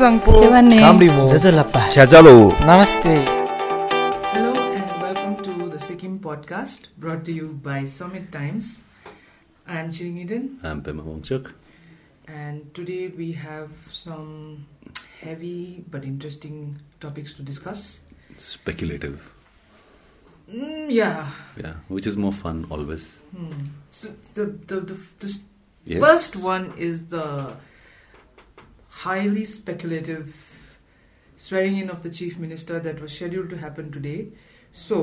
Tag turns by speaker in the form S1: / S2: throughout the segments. S1: Zangpo,
S2: ಶಿವನ್ನೇ
S3: Chajalo.
S2: ನಮಸ್ತೆ
S1: Hello and welcome to the Sikkim podcast brought to you by Summit Times. I'm Ching Eden
S4: I'm Pema Wongchuk.
S1: and today we have some heavy but interesting topics to discuss.
S4: Speculative.
S1: Mm, yeah.
S4: Yeah, which is more fun always.
S1: Hmm. So the, the, the, the
S4: Yes.
S1: first one is the highly speculative swearing in of the chief minister that was scheduled to happen today. So,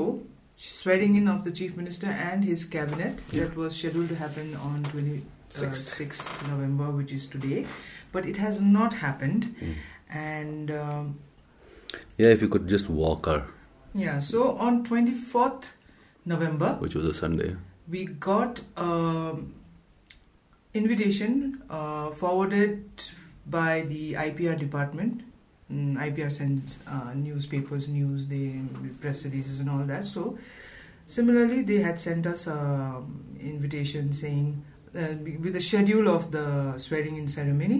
S1: swearing in of the chief minister and his cabinet that was scheduled to happen on 26th November, which is today, but it has not happened.
S4: Mm.
S1: And um,
S4: Yeah, if you could just walk her,
S1: yeah, so on 24th November,
S4: which was a Sunday.
S1: we got um invitation uh, forwarded by the IPR department. Mm, IPR sends uh, newspapers, news, they press releases and all that. So similarly, they had sent us um invitation saying uh, with the schedule of the swearing-in ceremony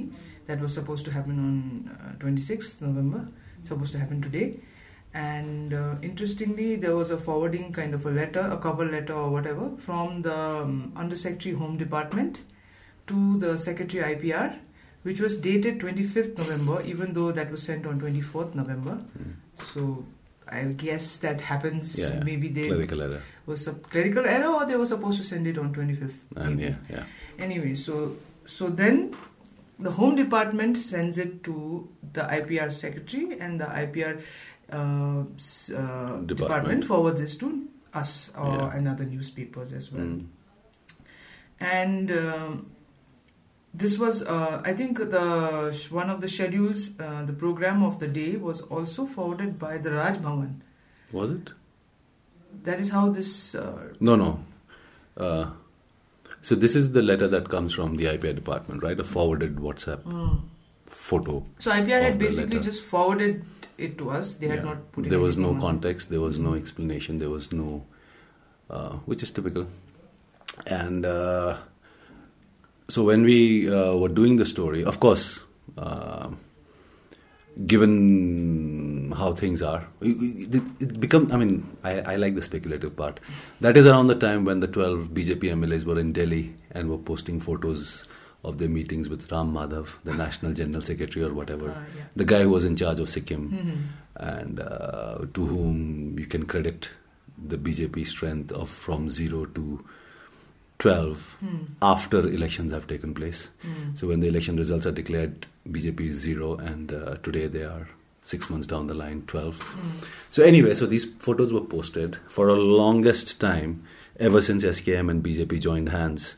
S1: that was supposed to happen on uh, 26th November, supposed to happen today and uh, interestingly there was a forwarding kind of a letter a cover letter or whatever from the um, undersecretary home department to the secretary ipr which was dated 25th november even though that was sent on 24th november
S4: Mm.
S1: so i guess that happens
S4: Yeah, yeah.
S1: maybe they
S4: Clerical error.
S1: was a clerical error or they were supposed to send it on 25th
S4: And
S1: maybe.
S4: Um, yeah, yeah.
S1: Anyway, so so then the Home Department sends it to the IPR secretary, and the IPR uh, s- uh, department.
S4: Department.
S1: forwards this to us or
S4: Yeah.
S1: and other newspapers as well.
S4: Mm.
S1: And um, this was, uh, I think, the sh- one of the schedules, uh, the program of the day was also forwarded by the Raj Bhavan.
S4: Was it?
S1: That is how this. Uh,
S4: No, no. Uh, so this is the letter that comes from the IPR department, right? A forwarded WhatsApp
S1: Hmm.
S4: photo.
S1: so IPR
S4: Of
S1: had
S4: the
S1: basically
S4: letter.
S1: just forwarded it to us. They had
S4: Yeah.
S1: not put it.
S4: There was no
S1: anything on it.
S4: context. There was no explanation. There was no, uh, which is typical. And uh, so when we uh, were doing the story, of course, um given how things are, it, it- it become. I mean, I, I like the speculative part. That is around the time when the twelve BJP MLAs were in Delhi and were posting photos of their meetings with Ram Madhav, the National General Secretary or whatever
S1: Ah, yeah.
S4: the guy who was in charge of Sikkim, and uh, to whom you can credit the BJP strength of from zero to twelve after elections have taken place. So when the election results are declared, BJP is zero, and uh, today they are six months down the line, twelve. So anyway, so these photos were posted for a longest time, ever since SKM and BJP joined hands.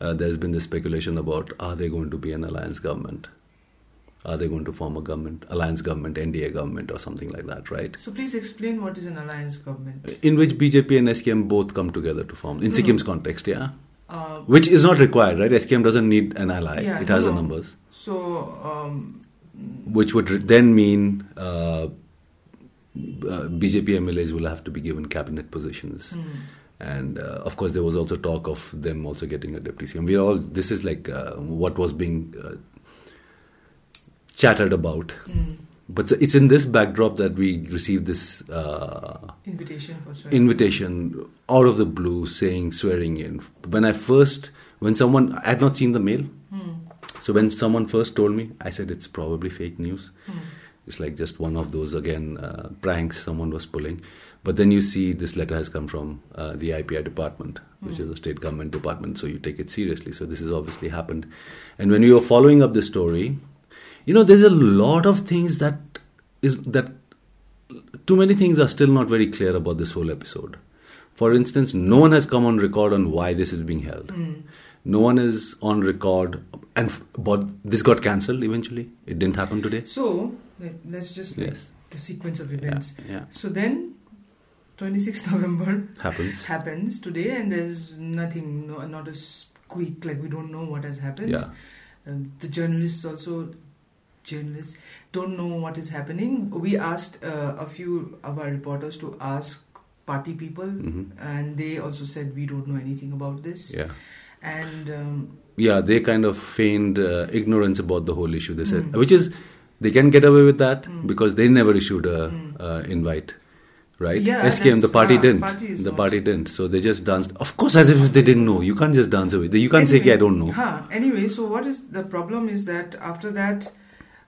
S4: Uh, there's been this speculation about are they going to be an alliance government? Are they going to form a government, alliance government, NDA government, or something like that, right?
S1: So please explain what is an alliance government.
S4: In which BJP and SKM both come together to form, in Sikkim's
S1: Mm-hmm.
S4: context, yeah?
S1: Uh,
S4: Which is not required, right? SKM doesn't need an ally,
S1: Yeah,
S4: it has
S1: no.
S4: the numbers.
S1: so um,
S4: Which would re- then mean uh, uh, BJP MLAs will have to be given cabinet positions.
S1: Mm.
S4: And uh, of course, there was also talk of them also getting a deputy CM. We all, this is like uh, what was being uh, chattered about.
S1: mm,
S4: But it's in this backdrop that we received this uh,
S1: invitation for swearing.
S4: invitation out of the blue saying swearing in. When I first, when someone, I had not seen the mail. So when someone first told me, I said it's probably fake news. It's like just one of those, again, uh, pranks someone was pulling. But then you see this letter has come from uh, the IPR department, which is a state government department. So you take it seriously. So this has obviously happened. And when we were following up the story, you know, there's a lot of things that is that too many things are still not very clear about this whole episode. For instance, no one has come on record on why this is being held.
S1: Hmm.
S4: No one is on record, and f- but this got cancelled eventually. It didn't happen today.
S1: So let, let's just like,
S4: Yes.
S1: the sequence of
S4: Yeah,
S1: events.
S4: yeah,
S1: So then, 26th November
S4: happens.
S1: happens today, and there's nothing, no, not a squeak. Like we don't know what has happened.
S4: Yeah,
S1: Um, the journalists also journalists don't know what is happening we asked uh, a few of our reporters to ask party people
S4: Mhm.
S1: and they also said we don't know anything about this
S4: yeah,
S1: and um,
S4: yeah. They kind of feigned uh, ignorance about the whole issue. They said,
S1: Mm.
S4: which is They can get away with that
S1: Hmm.
S4: because they never issued a uh, invite, right?
S1: Yeah,
S4: SKM, the
S1: that's-
S4: party
S1: uh,
S4: didn't.
S1: party is
S4: the
S1: not-
S4: party didn't. So they just danced. Of course, as if they didn't know. You can't just dance away. You can't say,
S1: Anyway,
S4: "Ki, I don't know.
S1: Huh. Anyway, so what is the problem is that after that,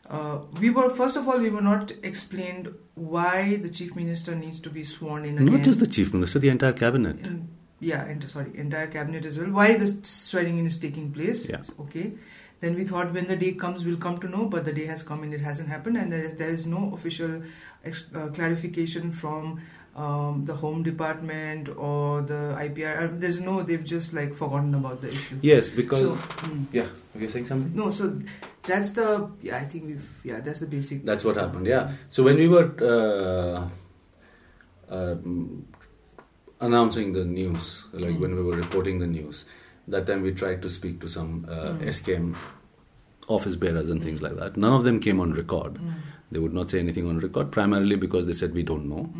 S1: uh, we were first of all we were not explained why the chief minister needs to be sworn in again.
S4: Not just the chief minister, the entire cabinet.
S1: In- yeah, ent- sorry, entire cabinet as well. Why the swearing in is taking place?
S4: Yeah.
S1: Okay. Then we thought when the day comes, we'll come to know, but the day has come and it hasn't happened, and there, there is no official ex- uh, clarification from um, the Home Department or the IPR. Uh, There's no, they've just like forgotten about the issue.
S4: Yes, because
S1: So, mm.
S4: yeah, you're saying something.
S1: No, so that's the yeah. I think we've yeah. That's the basic.
S4: That's what happened. Yeah. So when we were uh, um, announcing the news, like when we were reporting the news, that time we tried to speak to some uh, SKM office bearers and things like that. None of them came on record. They would not say anything on record, primarily because they said we don't know.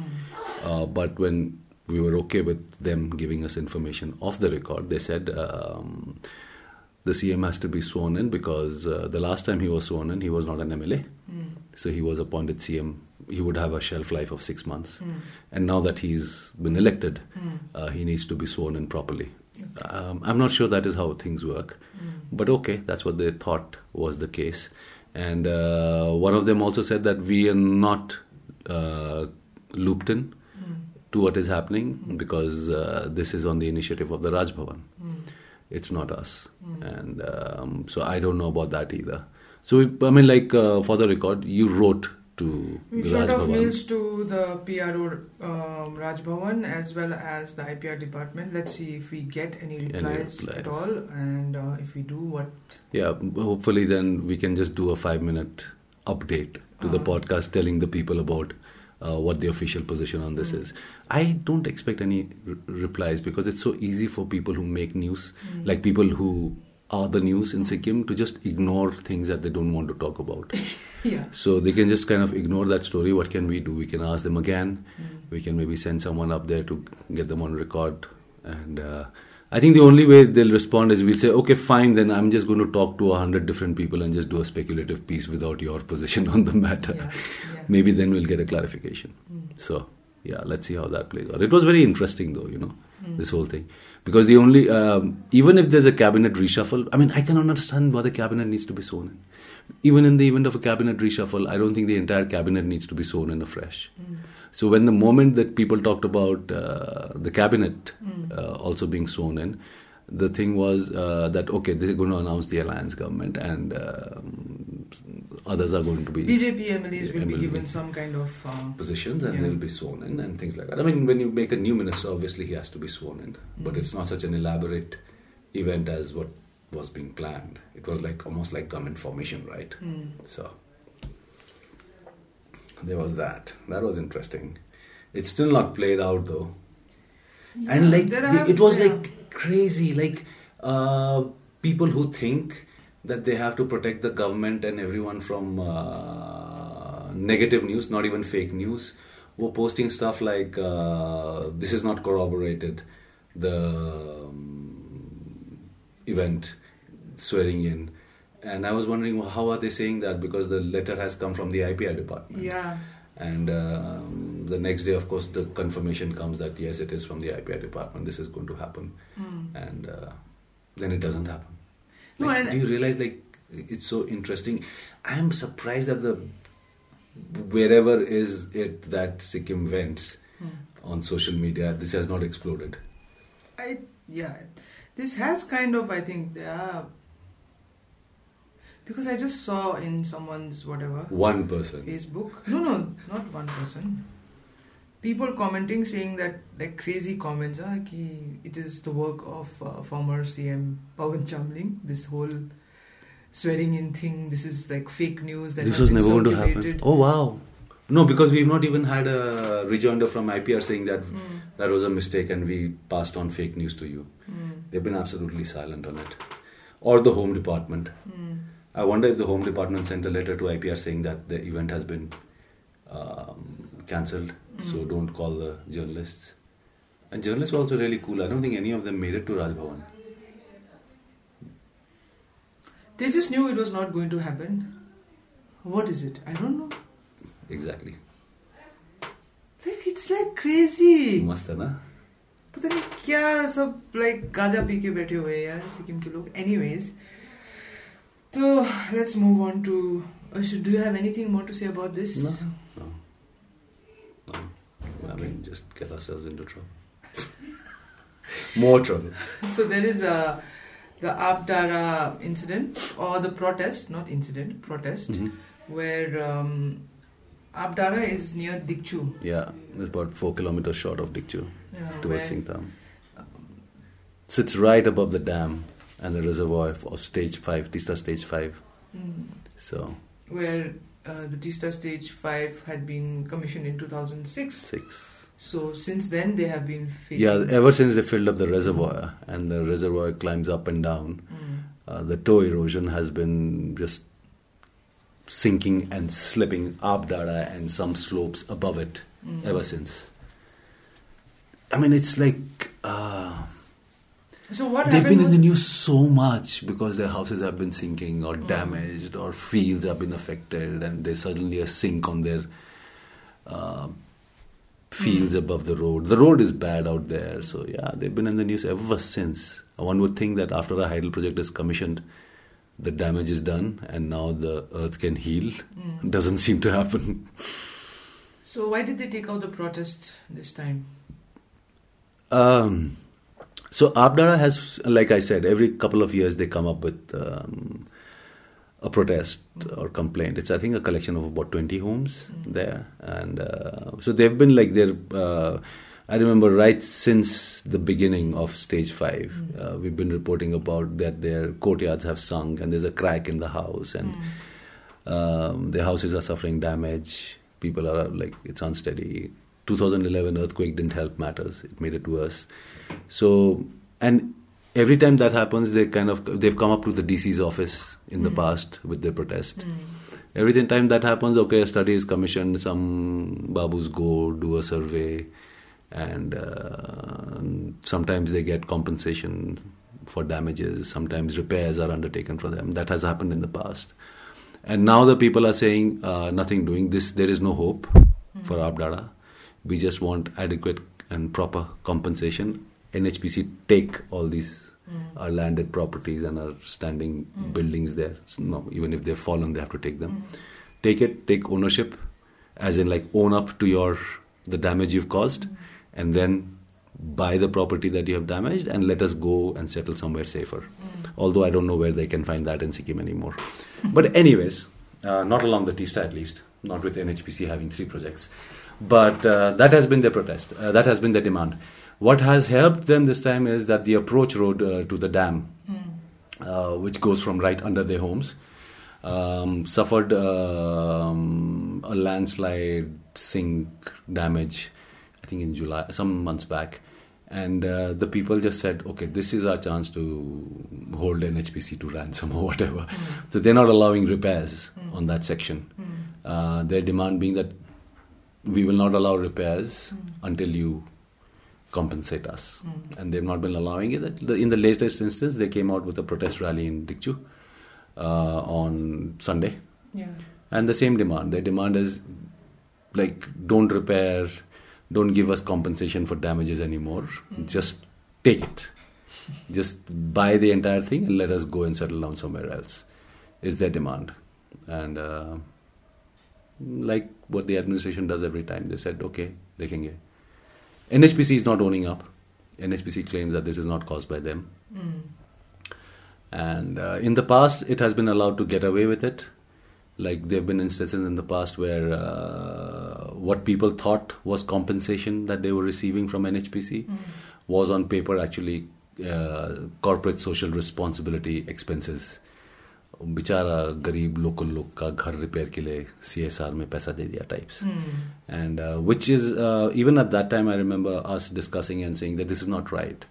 S4: Uh, but when we were okay with them giving us information off the record, they said. Um, the CM has to be sworn in because uh, the last time he was sworn in, he was not an MLA. So he was appointed CM. He would have a shelf life of six months. And now that he's been elected, uh, he needs to be sworn in properly. Um, I'm not sure that is how things work. But okay, that's what they thought was the case. And uh, one of them also said that we are not uh, looped in to what is happening because uh, this is on the initiative of the Raj Bhavan. It's not us. And um, so I don't know about that either. So, we, I mean, like uh, for the record, you wrote to
S1: We
S4: the
S1: shot
S4: Raj
S1: off
S4: Bhavan.
S1: mails to the PRO um, Raj Bhavan as well as the IPR department. Let's see if we get any replies,
S4: replies.
S1: at all, and uh, if we do, what
S4: Yeah, hopefully then we can just do a five minute update to the podcast telling the people about uh, what the official position on this is. I don't expect any re- replies because it's so easy for people who make news, like people who are the news in Sikkim, to just ignore things that they don't want to talk about.
S1: yeah.
S4: So they can just kind of ignore that story. What can we do? We can ask them again. We can maybe send someone up there to get them on record. And uh, I think the only way they'll respond is we'll say, okay, fine, then I'm just going to talk to a hundred different people and just do a speculative piece without your position on the matter.
S1: Yeah, yeah.
S4: Maybe then we'll get a clarification. So yeah, let's see how that plays out. It was very interesting though, you know, this whole thing. Because the only, um, even if there's a cabinet reshuffle, I mean, I cannot understand why the cabinet needs to be sworn in. Even in the event of a cabinet reshuffle, I don't think the entire cabinet needs to be sworn in afresh. So when the moment that people talked about uh, the cabinet uh, also being sworn in, the thing was uh, that okay, they're going to announce the alliance government, and um, others are going to be
S1: BJP MLAs will be
S4: MLA.
S1: given some kind of. Uh,
S4: positions and
S1: Yeah.
S4: they'll be sworn in and things like that. I mean, when you make a new minister, obviously he has to be sworn in,
S1: Mm.
S4: but it's not such an elaborate event as what was being planned. It was like almost like government formation, right?
S1: Mm.
S4: So there was that. That was interesting. It's still not played out though and like
S1: there
S4: the-
S1: are-
S4: it was
S1: yeah.
S4: like crazy like uh, people who think that they have to protect the government and everyone from uh, negative news not even fake news were posting stuff like uh, this is not corroborated the um, event swearing in and i was wondering well, how are they saying that because the letter has come from the ipr department
S1: yeah.
S4: and um, the next day, of course, the confirmation comes that yes, it is from the IPR department. This is going to happen,
S1: Hmm,
S4: and uh, then it doesn't happen.
S1: No,
S4: Like,
S1: and-
S4: do you realize like it's so interesting? I am surprised that the wherever is it that Sikkim vents
S1: hmm.
S4: on social media, this has not exploded.
S1: I yeah, this has kind of I think yeah, because I just saw in someone's whatever
S4: One person.
S1: Facebook. No, no, not one person. People commenting saying that like crazy comments are ki it is the work of uh, former CM Pawan Chamling. This whole swearing in thing. This is like fake news. That
S4: This
S1: has
S4: was
S1: been
S4: never going to
S1: circulated.
S4: happen. Oh wow! No, because we've not even had a rejoinder from IPR saying that
S1: Hmm.
S4: that was a mistake and we passed on fake news to you.
S1: Hmm.
S4: They've been absolutely silent on it, or the Home Department.
S1: Hmm.
S4: I wonder if the Home Department sent a letter to IPR saying that the event has been um, cancelled, so don't call the journalists. And journalists were also really cool. I don't think any of them made it to Raj Bhavan.
S1: They just knew it was not going to happen. What is it? I don't know.
S4: Exactly.
S1: Like it's like crazy.
S4: मस्त है ना
S1: पता नहीं क्या सब like गाजा पी के बैठे हुए हैं यार सिक्किम के लोग एनीवेज तो let's move on to do you have anything more to say about this
S4: No. No. No. I mean, just get ourselves into trouble. More trouble.
S1: So there is uh, the Abdara incident or the protest, not incident, protest,
S4: Mm-hmm.
S1: where um, Abdara is near Dikchu.
S4: Yeah, it's about four kilometers short of Dikchu
S1: Yeah,
S4: towards
S1: where-
S4: Singtam. Sits right above the dam and the reservoir of- of Stage 5, Tista Stage 5.
S1: Mm,
S4: So,
S1: where uh, the Tista Stage 5 had been commissioned in 2006.
S4: 6.
S1: So since then they have been facing...
S4: Yeah, ever since they filled up the reservoir and the reservoir climbs up and down,
S1: Mm.
S4: uh, the toe erosion has been just sinking and slipping up Dada and some slopes above it
S1: Mm.
S4: ever since. I mean, it's like uh,
S1: So what
S4: they've
S1: happened
S4: been in the
S1: was- Mm.
S4: news so much because their houses have been sinking or damaged or fields have been affected and there's suddenly a sink on their uh,
S1: Mm.
S4: fields above the road. The road is bad out there, so yeah, they've been in the news ever since. One would think that after the Heidel project is commissioned, the damage is done and now the earth can heal.
S1: Mm.
S4: Doesn't seem to happen.
S1: So why did they take out the protest this time?
S4: Um, so Abdara has, like I said, every couple of years they come up with um, a protest or complaint. It's I think a collection of about twenty homes there, and uh, so they've been like they're. Uh, I remember right since the beginning of stage five, uh, we've been reporting about that their courtyards have sunk and there's a crack in the house and um, their houses are suffering damage. People are like it's unsteady. 2011 earthquake didn't help matters; it made it worse. So, and every time that happens, they kind of they've come up to the DC's office in the past with their protest. Every time that happens, okay, a study is commissioned. Some babus go do a survey, and uh, sometimes they get compensation for damages. Sometimes repairs are undertaken for them. That has happened in the past and now the people are saying uh, nothing doing this there is no hope for abdara we just want adequate and proper compensation nhpc take all these our landed properties and our standing buildings there so no even if they've fallen they have to take them take it take ownership as in like own up to your the damage you've caused and then buy the property that you have damaged and let us go and settle somewhere safer although i don't know where they can find that in sikkim anymore but anyways uh, not along the tista at least not with nhpc having three projects but uh, that has been their protest uh, that has been their demand what has helped them this time is that the approach road uh, to the dam uh, which goes from right under their homes, um, suffered um, a landslide, sink damage, I think in July, some months back. And uh, the people just said, okay, this is our chance to hold NHPC to ransom or whatever. So they're not allowing repairs on that section. Uh, their demand being that we will not allow repairs until you compensate us. And they've not been allowing it. The- In the latest instance, they came out with a protest rally in Dikchu uh, on Sunday.
S1: Yeah.
S4: And the same demand. Their demand is like, don't repair, don't give us compensation for damages anymore. Just take it. Just buy the entire thing and let us go and settle down somewhere else, is their demand. And uh, like what the administration does every time, they've said, okay, they can get. NHPC is not owning up. NHPC claims that this is not caused by them. And uh, in the past, it has been allowed to get away with it. Like there have been instances in the past where uh, what people thought was compensation that they were receiving from NHPC
S1: Hmm.
S4: was on paper actually uh, corporate social responsibility expenses. uh, बेचारा गरीब local लोग का घर repair के लिए C S R में पैसा दे दिया
S1: Hmm.
S4: Types and which is even at that time I remember us discussing and saying that this is not right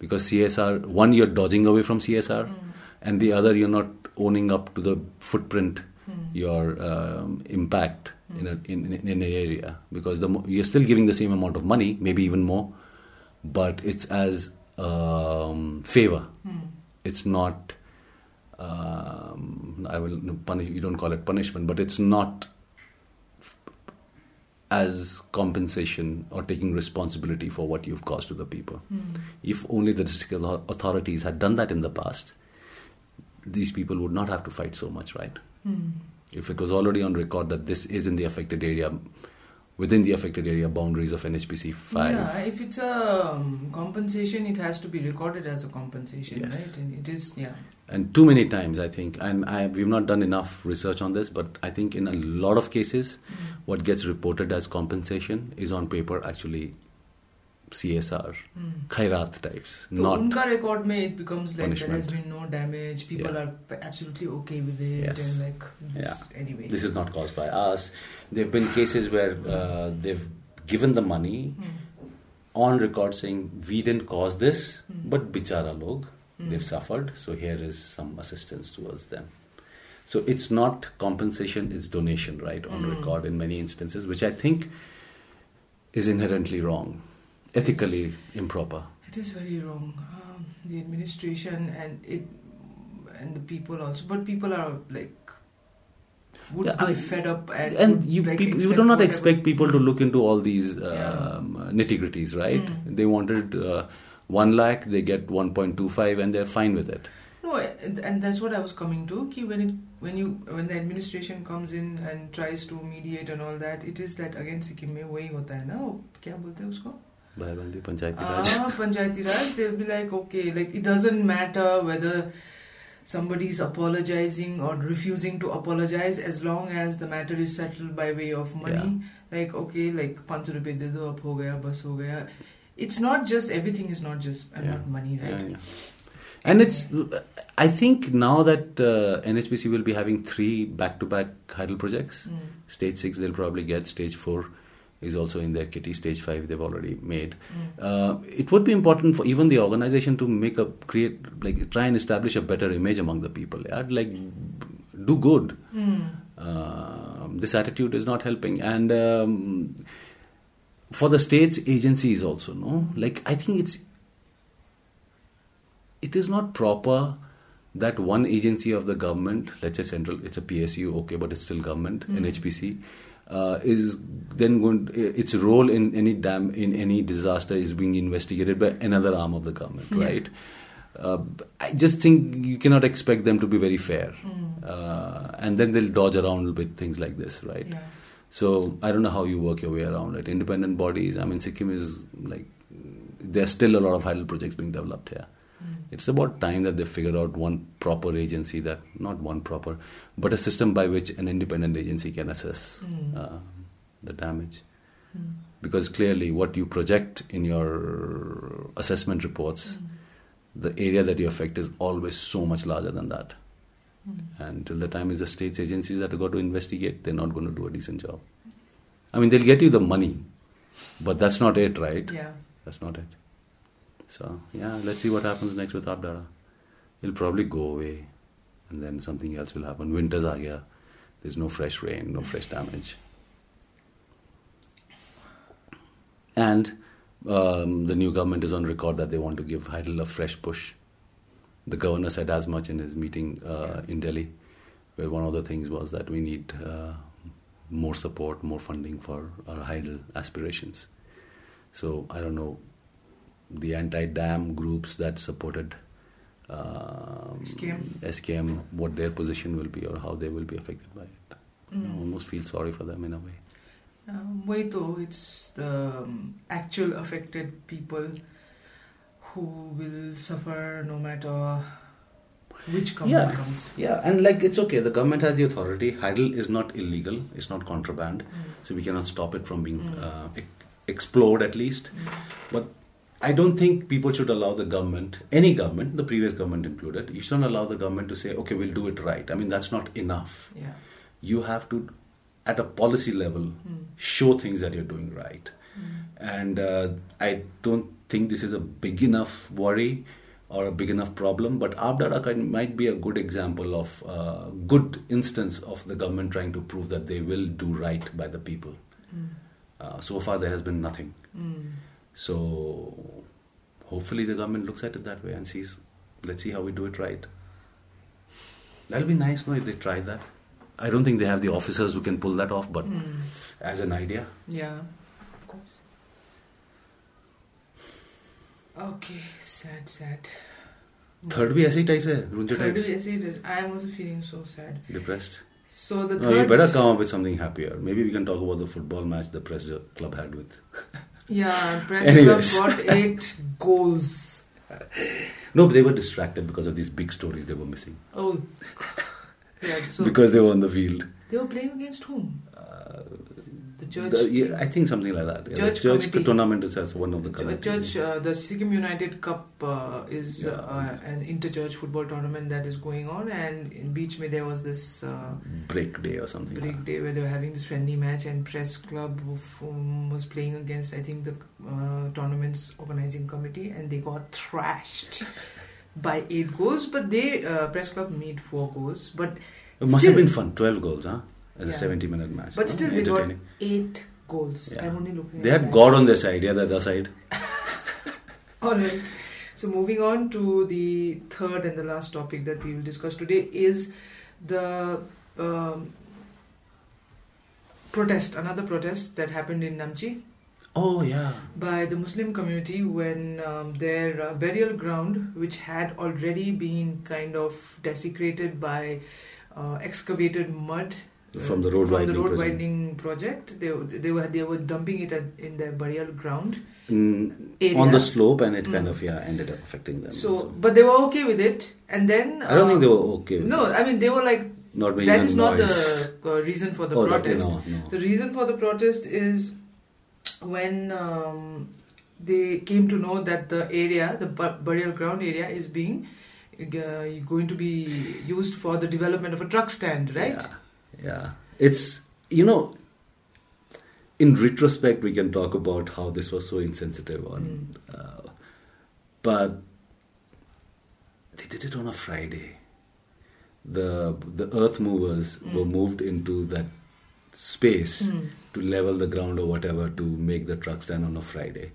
S4: because C S R one you are dodging away from C S R and the other you are not owning up to the footprint your um, impact in in an area because the you are still giving the same amount of money may be even more Hmm. But it's as favour it's um, not um, I will no, punish. You don't call it punishment, but it's not f- as compensation or taking responsibility for what you've caused to the people. If only the district au- authorities had done that in the past, these people would not have to fight so much, right? If it was already on record that this is in the affected area, within the affected area boundaries of NHPC five.
S1: Yeah, if it's a um, compensation, it has to be recorded as a compensation,
S4: Yes.
S1: right? And it is, yeah.
S4: and too many times i think and I, we've not done enough research on this but i think in a lot of cases what gets reported as compensation is on paper actually csr khairat types
S1: So
S4: not
S1: unka record mein it becomes like there has
S4: punishment.
S1: been no damage. People
S4: Yeah.
S1: are p- absolutely okay with it,
S4: Yes.
S1: and like this,
S4: Yeah.
S1: anyway.
S4: this is not caused by us there have been cases where uh, they've given the money on record saying we didn't cause this but bichara log they've suffered so here is some assistance towards them so it's not compensation it's donation right on
S1: Hmm.
S4: record in many instances which i think is inherently wrong ethically improper
S1: It is very wrong. Um, the administration and it and the people also, but people are like would
S4: Yeah,
S1: be
S4: I-
S1: fed up and,
S4: and,
S1: would,
S4: you
S1: like,
S4: peop- you
S1: accept
S4: do not
S1: whatever-
S4: expect people to look into all these
S1: Yeah.
S4: um, nitty gritties, right?
S1: Mm.
S4: They wanted uh, one lakh, they get one point two five, and they're fine with it.
S1: No, and, and that's what I was coming to. Ki when it when you when the administration comes in and tries to mediate and all that, it is that again Sikkim में वही होता है ना वो क्या बोलते हैं उसको
S4: Bhaibandi, Panchayati Raj.
S1: Ah, Panchayati Raj, they'll be like, okay, like it doesn't matter whether somebody's apologizing or refusing to apologize as long as the matter is settled by way of money. Like, okay, like 500 rupees de do, ab ho gaya, bas ho gaya. It's not just, everything is not just
S4: Yeah.
S1: about money, right?
S4: Yeah, yeah. And it's, I think now that uh, NHBC will be having three back to back Heidel projects,
S1: Mm.
S4: stage six they'll probably get, stage four is also in their kitty, stage five they've already made.
S1: Hmm.
S4: Uh, it would be important for even the organization to make a create, like try and establish a better image among the people. Yeah? Like, do good.
S1: Hmm,
S4: Um, this attitude is not helping. And um, for the states agencies also, no? Like, I think it's it is not proper that one agency of the government, let's say central, it's a PSU, okay, but it's still government, NHPC, uh, is then going. Its role in any dam in any disaster is being investigated by another arm of the government, right? Uh, I just think you cannot expect them to be very fair,
S1: Hmm.
S4: uh, and then they'll dodge around with things like this, right?
S1: Yeah.
S4: So I don't know how you work your way around it. Independent bodies. I mean, Sikkim is like there's still a lot of idle projects being developed here.
S1: Hmm,
S4: It's about time that they figure out one proper agency that not one proper, but a system by which an independent agency can assess
S1: hmm,
S4: uh, the damage. Because clearly, what you project in your assessment
S1: hmm,
S4: reports, the area that you affect is always so much larger than that.
S1: hmm.
S4: And till the time is the state's agencies that have got to investigate, they're not going to do a decent job. I mean, they'll get you the money, but that's not it, right?
S1: Yeah.
S4: That's not it. So, yeah, let's see what happens next with Abdara. It'll probably go away, and then something else will happen. Winter's are here. There's no fresh rain, no fresh damage. And um, the new government is on record that they want to give Heidel a fresh push. The governor said as much in his meeting uh, in Delhi, where one of the things was that we need uh, more support, more funding for our Heidel aspirations. So I don't know the anti-dam groups that supported um,
S1: SKM.
S4: SKM, what their position will be or how they will be affected by it. I
S1: Mm.
S4: almost feel sorry for them in a way.
S1: Um, wait though, it's the um, actual affected people who will suffer no matter which government
S4: Yeah.
S1: comes.
S4: Yeah, and like it's okay. The government has the authority. Heidel is not illegal. It's not contraband,
S1: Mm.
S4: so we cannot stop it from being uh, e- explored at least.
S1: Mm.
S4: But I don't think people should allow the government, any government, the previous government included, you shouldn't allow the government to say, "Okay, we'll do it right." I mean, that's not enough.
S1: Yeah.
S4: you have to at a policy level show things that you're doing right and uh, i don't think this is a big enough worry or a big enough problem but abdara can- might be a good example of uh, good instance of the government trying to prove that they will do right by the people
S1: Mm,
S4: uh, so far there has been nothing so hopefully the government looks at it that way and sees let's see how we do it right That'll be nice, no, if they try that. I don't think they have the officers who can pull that off, but
S1: Mm.
S4: as an idea,
S1: Yeah, of course. Okay, sad, sad.
S4: third भी ऐसे ही types है, Runcha
S1: Third
S4: types,
S1: is it. I am also feeling so sad.
S4: depressed.
S1: So the
S4: No,
S1: third. E.
S4: you better come up with something happier. Maybe we can talk about the football match the press club had with.
S1: Yeah, press
S4: Anyways.
S1: club got eight goals.
S4: No, but they were distracted because of these big stories they were missing
S1: Oh, yeah. So
S4: because they were on the field.
S1: they were playing against whom?
S4: Uh,
S1: The church.
S4: the- yeah, I think something like that. Yeah,
S1: Church
S4: the church
S1: committee.
S4: tournament is as one of the
S1: A
S4: committees.
S1: church, uh, the Sikkim United Cup uh, is
S4: Yeah.
S1: uh, an inter-church football tournament that is going on, and in Beach May there was this uh,
S4: break day or something.
S1: break day where they were having this friendly match, and Press Club of- um, was playing against I think the uh, tournament's organizing committee, and they got thrashed by eight goals. But they uh, Press Club made four goals, but
S4: It must
S1: Still-
S4: have been fun. Twelve goals, huh? As a
S1: Yeah.
S4: seventy-minute match.
S1: but
S4: huh?
S1: still they got
S4: Entertaining.
S1: eight goals.
S4: Yeah.
S1: I'm only looking.
S4: They
S1: at
S4: had
S1: that.
S4: God on their side. Yeah, the other side.
S1: All right. So moving on to the third and the last topic that we will discuss today is the um, protest, another protest that happened in Namchi
S4: Oh yeah.
S1: by the Muslim community when um, their uh, burial ground, which had already been kind of desecrated by uh, excavated mud uh,
S4: From the road
S1: from the
S4: widening
S1: road
S4: prison.
S1: widening project, they, they were they were dumping it at, in their burial ground.
S4: Mm,
S1: Area.
S4: on the slope, and it kind
S1: Mm.
S4: of yeah ended up affecting them.
S1: So, but they were okay with it, and then
S4: I don't
S1: uh,
S4: think they were okay. with
S1: No, I mean they were like
S4: not making
S1: that
S4: a
S1: is not
S4: noise.
S1: the uh, reason for the
S4: Oh, that-
S1: protest.
S4: no, no.
S1: The reason for the protest is when um, they came to know that the area, the bu- burial ground area, is being uh, going to be used for the development of a truck stand, right?
S4: Yeah. yeah. It's, you know, in retrospect, we can talk about how this was so insensitive on. Uh, but they did it on a Friday. The, the earth movers were moved into that space to level the ground or whatever to make the truck stand on a Friday.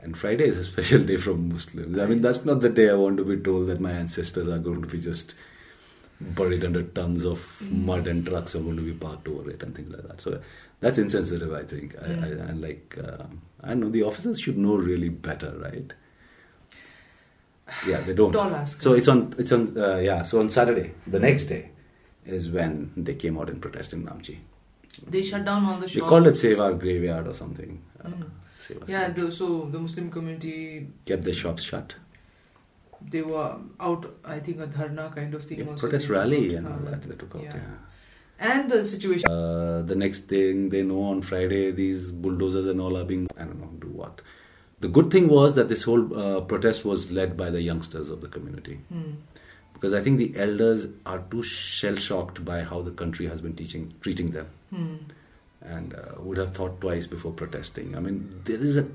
S4: And Friday is a special day from Muslims. I mean, that's not the day I want to be told that my ancestors are going to be just buried under tons of
S1: Mm.
S4: mud and trucks are going to be parked over it and things like that. So that's insensitive, I think. I, I, and like, um, I don't know, the officers should know really better, right? Yeah, they don't.
S1: Don't ask
S4: So it's on, it's on, uh, yeah. So on Saturday, the next day, is when they came out and protested in Namchi.
S1: They shut down all the shops. Mm.
S4: They called it Save Our Graveyard or something. Uh, Save Our
S1: Yeah,
S4: Cemetery.
S1: the, so the Muslim community
S4: Kept their shops shut.
S1: they were out. I think a dharna kind of thing.
S4: Yeah,
S1: also
S4: protest
S1: they took
S4: rally
S1: out,
S4: and all
S1: uh,
S4: that they took out.
S1: yeah.
S4: yeah.
S1: And the situation.
S4: Uh, the next thing they know on Friday, these bulldozers and all are being, I don't know, do what. The good thing was that this whole uh, protest was led by the youngsters of the community. Because I think the elders are too shell shocked by how the country has been teaching, treating them. And uh, would have thought twice before protesting. I mean, there is a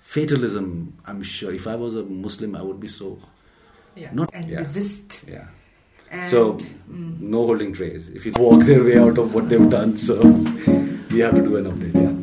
S4: fatalism, I'm sure. If I was a Muslim, I would be so.
S1: Yeah.
S4: Not-
S1: and
S4: yeah.
S1: resist.
S4: Yeah.
S1: And
S4: So, no holding trays. If you walk their way out of what they've done, so we have to do an update. Yeah.